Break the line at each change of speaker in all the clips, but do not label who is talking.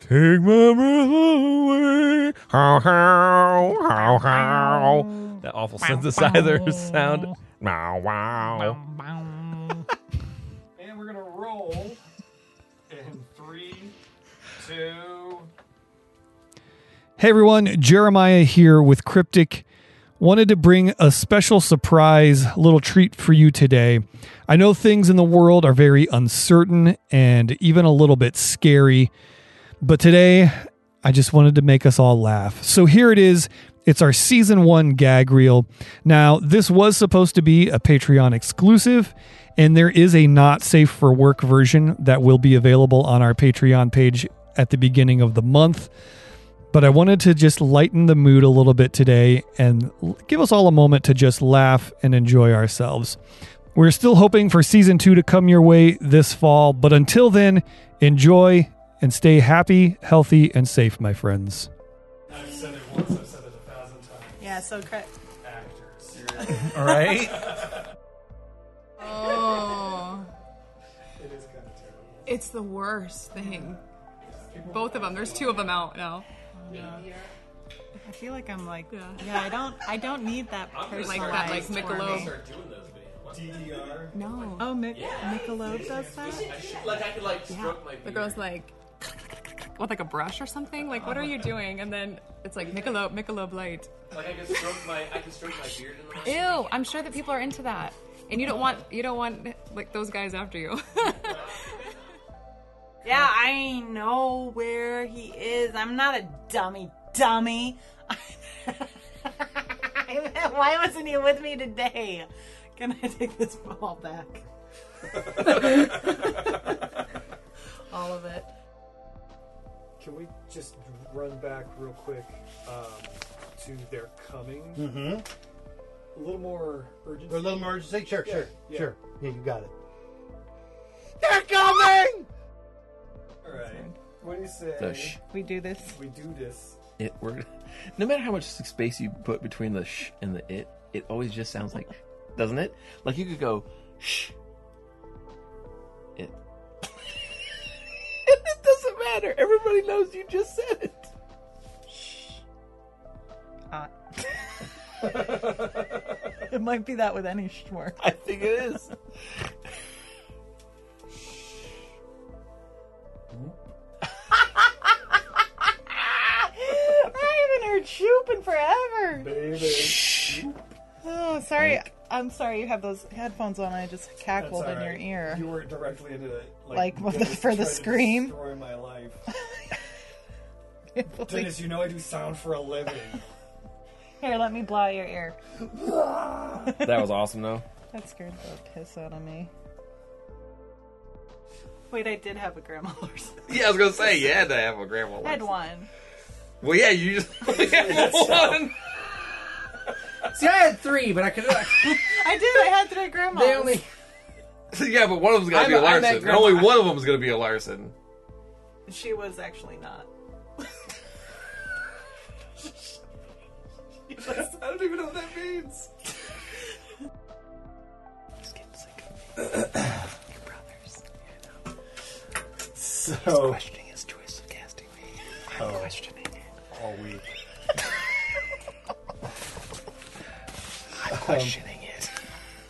Take my breath away. How, how, how, how. That awful synthesizer sound. Wow, wow.
And we're gonna roll in three, two.
Hey everyone, Jeremiah here with Cryptic. Wanted to bring a special surprise little treat for you today. I know things in the world are very uncertain and even a little bit scary, but today I just wanted to make us all laugh. So here it is. It's our season one gag reel. Now, this was supposed to be a Patreon exclusive, and there is a not safe for work version that will be available on our Patreon page at the beginning of the month but I wanted to just lighten the mood a little bit today and l- give us all a moment to just laugh and enjoy ourselves. We're still hoping for season two to come your way this fall, but until then, enjoy and stay happy, healthy, and safe, my friends.
I've said it once, I've said it a thousand times.
Yeah, so cra-
Actors.
All right.
Oh,
It is kind of terrible.
it's the worst thing. Both of them. There's two of them out now.
I feel like I'm like
Yeah.
yeah. I don't I don't need that personalized
Like that, like
for
Michelob.
me.
DDR.
No.
Oh, Mich- Michelob does that.
Like I could like stroke my
The girl's like, with like a brush or something. Like, what are you doing? And then it's like Michelob, Michelob Light.
like I could stroke my I could stroke my beard in the
Ew. I'm sure that people are into that, and you don't want you don't want like those guys after you.
Yeah, I know where he is. I'm not a dummy, dummy. Why wasn't he with me today? Can I take this ball back?
All of it.
Can we just run back real quick um, to their coming?
Mm-hmm.
A little more urgency.
For a little emergency? Sure, sure,
yeah.
sure. Yeah, you got it. They're coming!
All right. What do you say?
The sh.
We do this.
we do this.
It we're No matter how much space you put between the sh and the it, it always just sounds like, doesn't it? Like you could go sh. It. it doesn't matter. Everybody knows you just said it.
Uh, it might be that with any schmuck.
I think it is.
I haven't heard shoop in forever.
Baby.
Oh, sorry. I'm sorry you have those headphones on. I just
That's
cackled
all
in your
right.
ear.
You were directly into the,
Like,
you
with the-
guys
for the
tried to
scream?
Destroy my life.
Can't believe-
Dennis, you know I do sound for a living.
Here, let me blow out your ear.
That was awesome though.
That scared the piss out of me. Wait, I did have a grandma horse.
Yeah, I was gonna say you had to have a grandma.
I had one.
Well, yeah, you just one.
See, I had three, but I could.
I did. I had three grandmas.
They only.
yeah, but one of them's gonna
I'm
be a
a- I met
Larson. And
grandma-
only one of them's gonna be a Larson.
She was actually not.
I don't even know what that means.
So
Questioning his choice of casting. Oh.
all week.
Um, Questioning it.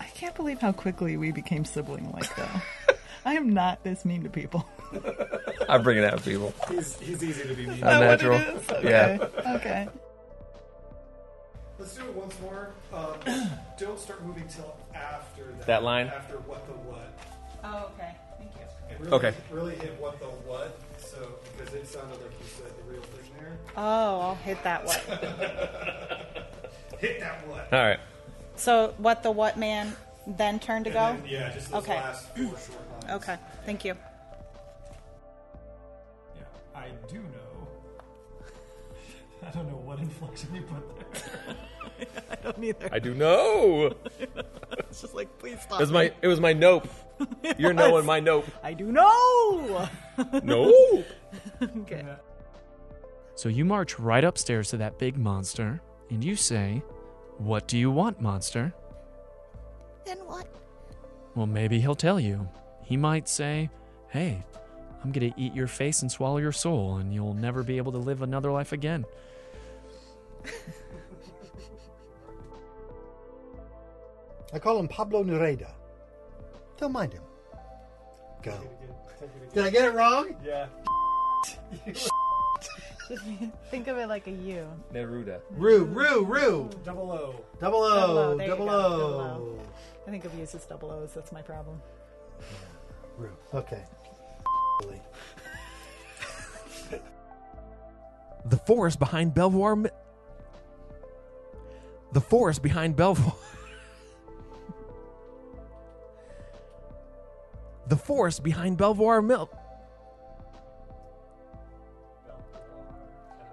I can't believe how quickly we became sibling like, though. I am not this mean to people.
I bring it out, people.
He's, he's easy to be mean.
Is that what
Unnatural.
it is? Okay. Okay.
Let's do it once more. Um, don't start moving till after that.
That line?
After what the what.
Oh, okay. Thank you.
And really,
Okay.
Really hit what the what. So because it sounded like you said the real thing there.
Oh, I'll hit that what.
Hit that what.
All right.
So, what the what man then turn to go?
And then, yeah, just those
Okay.
last four short lines.
Okay. Thank you.
Yeah, I do know. I don't know what inflection you put there.
I do know.
It's just like, please
It
stop.
was my. It was my nope. Your no and my nope.
I do know.
No.
Okay.
So you march right upstairs to that big monster and you say, What do you want, monster?
Then what?
Well, maybe he'll tell you. He might say, Hey, I'm going to eat your face and swallow your soul, and you'll never be able to live another life again.
I call him Pablo Nereda. Don't mind him. Go. Did I get it wrong?
Yeah.
Think of it like a U.
Neruda.
Rue, Rue, Rue.
Double O.
Double
Double
O,
O, there you
double
go, double
O.
O. I think of U's as double O's. That's my problem.
Rue. Okay.
The forest behind Belvoir. Mi- the forest behind Belvoir. the forest behind Belvoir Mill.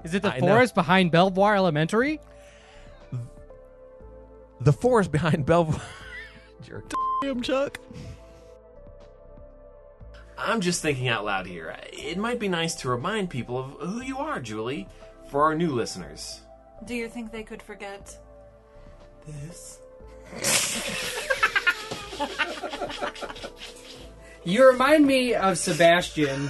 Is it the
I know.
forest behind Belvoir Elementary?
The forest behind Belvoir. Jerk.
Damn, Chuck.
I'm just thinking out loud here. It might be nice to remind people of who you are, Julie, for our new listeners.
Do you think they could forget this?
You remind me of Sebastian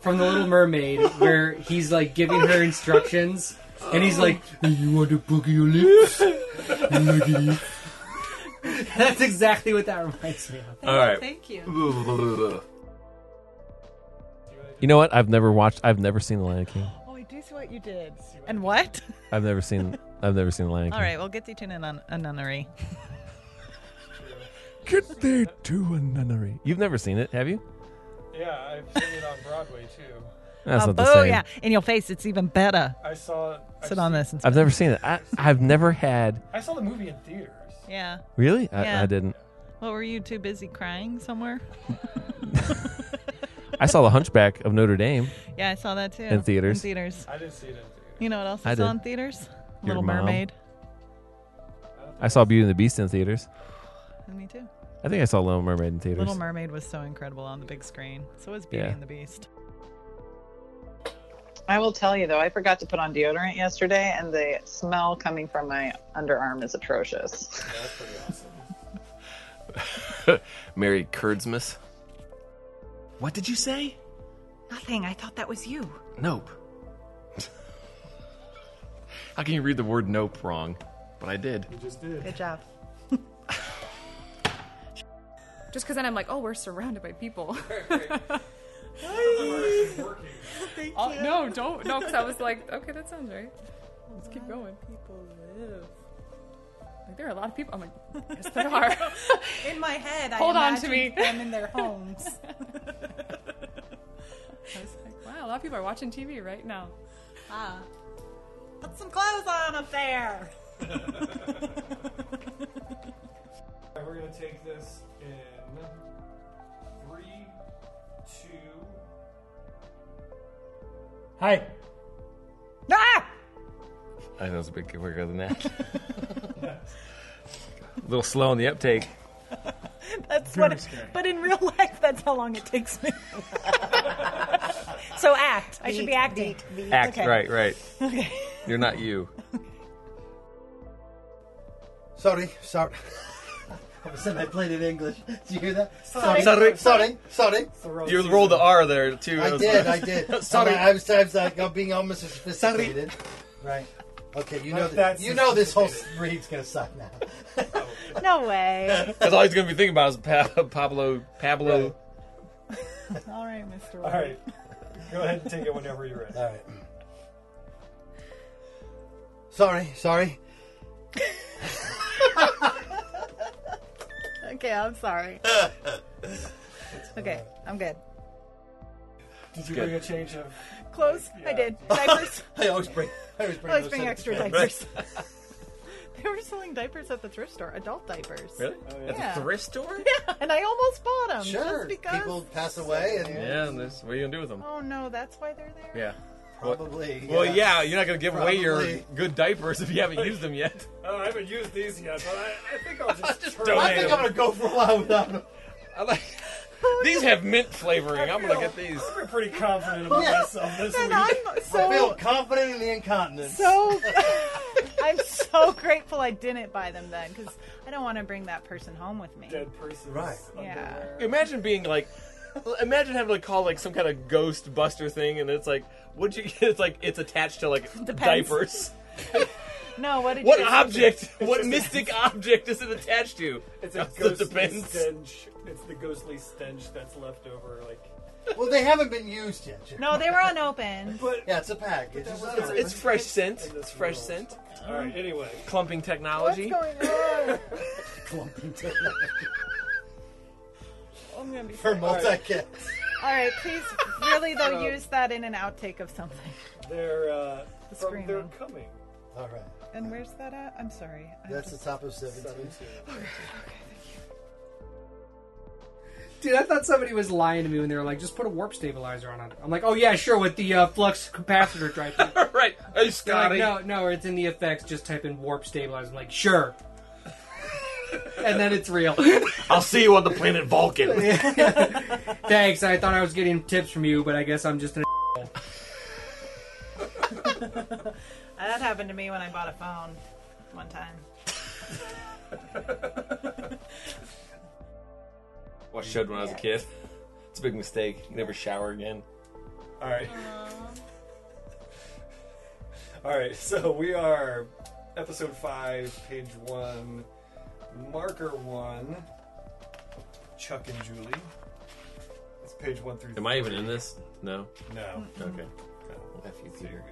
from The Little Mermaid, where he's like giving her instructions, and he's like, "You want to book your lips? Look at you." That's exactly what that reminds me of.
All right.
Thank you.
You know what? I've never watched. I've never seen The Lion King.
Oh, I do see what you did. And what?
I've never seen. I've never seen The Lion King.
All right, we'll get thee to nun- a nunnery.
Get thee to a nunnery. You've never seen it, have you?
Yeah, I've seen it on Broadway too.
That's
oh,
not the same.
yeah. In your face, it's even better.
I saw. I've
Sit on
seen-
this instead.
I've never seen it. I, I've never had.
I saw the movie in theaters.
Yeah.
Really? I,
Yeah.
I didn't.
What were you too busy crying somewhere?
I saw The Hunchback of Notre Dame.
Yeah, I saw that too.
In theaters.
In theaters.
I didn't see it in theaters.
You know what else
I
I, saw
did.
in theaters?
Your
Little
mom.
Mermaid.
I saw Beauty and the Beast in theaters.
And me too.
I think I saw Little Mermaid in theaters.
Little Mermaid was so incredible on the big screen. So was Beauty
Yeah.
and the Beast. I will tell you though, I forgot to put on deodorant yesterday, and the smell coming from my underarm is atrocious.
That's pretty awesome.
Mary Curdsmith. What did you say?
Nothing. I thought that was you.
Nope. How can you read the word nope wrong? But I did.
You just did.
Good job.
Just because then I'm like, oh, we're surrounded by people.
Thank
Oh, no, don't. No, because I was like, okay, that sounds right. Let's keep going.
People live.
Like, there are a lot of people. I'm like, yes, there are.
In my head, I
Hold on to
imagined
me.
them in their homes.
I was like, wow, a lot of people are watching TV right now.
ah, put some clothes on up there.
Alright, we're gonna take this in three, two.
Hi.
Ah!
I know it's a bit quicker than that. a little slow on the uptake.
That's what. It, but in real life, that's how long it takes me. so act. I should be acting.
Act
Okay.
right, right.
Okay.
You're not you.
Sorry, sorry. I said I played in English. Did you hear that?
Sorry.
sorry, sorry. sorry.
You rolled the R there too. That
I
was-
did, I did.
Sorry.
I was, I was like, I'm being almost sophisticated. Right. Okay, you know,
Like
that
that's
you know this whole read's gonna suck now.
No way.
That's all he's gonna be thinking about is pa- Pablo. Pablo.
All right, Mr. White.
Alright. Go ahead and take it whenever you're ready.
All right. Sorry, sorry.
Okay, I'm sorry. okay, I'm good.
Did you
Good.
bring a change of
Close. I did. Diapers.
I always bring. I always bring,
Always
those
bring
in.
extra diapers. they were selling diapers at the thrift store, adult diapers.
Really? At
Oh, Yeah.
the thrift store?
And I almost bought them
Sure.
just because.
People pass away and
Yeah. And this, what are you gonna do with them?
Oh no, that's why they're there.
Yeah.
probably.
Well, yeah. You're not gonna give away your
Probably.
good diapers if you haven't used them yet.
Oh, I haven't used these yet, but I, I think I'll just, turn
donate
I think I'm gonna go for a while without them.
I like. These have mint flavoring. I'm gonna get these.
I'm pretty confident about
Yeah.
myself this
And
week.
I'm
I feel
so
confident in the incontinence.
so. I'm so grateful I didn't buy them then because I don't want to bring that person home with me.
Dead person's
Right.
underwear.
Yeah.
Imagine being like, Imagine having to call like some kind of ghost buster thing, and it's like, what'd you? It's like it's attached to like
Depends.
diapers.
No, what did
What
you
object? What mystic object is it attached to?
It's a
That's the
ghostly
depends.
stench. It's the ghostly stench that's left over. Like
Well, they haven't been used yet. Jerry.
No, they were unopened.
But
yeah, it's a pack. It's, just
It's, it's fresh scent. It's fresh scent.
All
Mm.
right. Anyway,
clumping technology.
clumping.
I'm gonna be
For
sick.
multi-kit.
All right, please, really though,
Um,
use that in an outtake of something.
they're uh,
The
from they're
screaming.
coming.
All right.
And where's that at? I'm sorry. I'm
That's the
just-
top of 17.
Dude, I thought somebody was lying to me when they were like, just put a warp stabilizer on it. I'm like, oh yeah, sure, with the uh, flux capacitor drive.
right. I just
They're
got
like,
it.
no, no, it's in the effects. Just type in warp stabilizer. I'm like, sure. and then it's real.
I'll see you on the planet Vulcan.
Thanks. I thought I was getting tips from you, but I guess I'm just an.
That happened to me when I bought a phone one time.
Watched Shud when I was a kid. It's a big mistake. You never shower again.
All right. All right. So we are episode five, page one, marker one. Chuck and Julie. It's page one through.
Am I even in this? No.
No.
Okay. Oh, F you, Peter.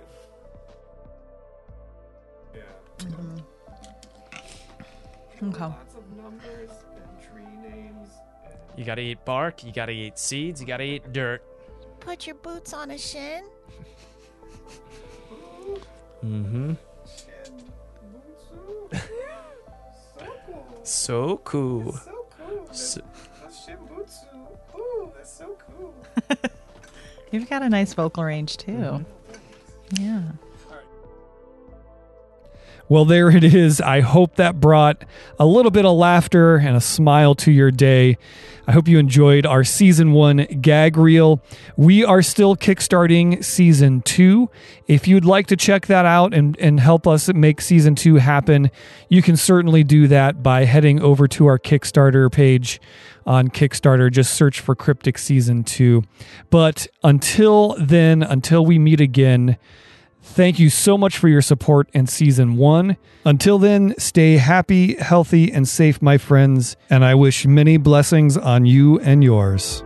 Yeah.
Okay.
Lots of numbers and tree names.
You gotta eat bark, you gotta eat seeds, you gotta eat dirt.
Put your boots on a shin.
Mm-hmm. So cool.
So cool.
So-
Shimbutsu. Ooh, that's so cool.
You've got a nice vocal range too. Yeah.
Well, there it is. I hope that brought a little bit of laughter and a smile to your day. I hope you enjoyed our season one gag reel. We are still kickstarting season two. If you'd like to check that out and, and help us make season two happen, you can certainly do that by heading over to our Kickstarter page on Kickstarter. Just search for Cryptic Season Two. But until then, until we meet again, Thank you so much for your support in season one. Until then, stay happy, healthy, and safe, my friends, and I wish many blessings on you and yours.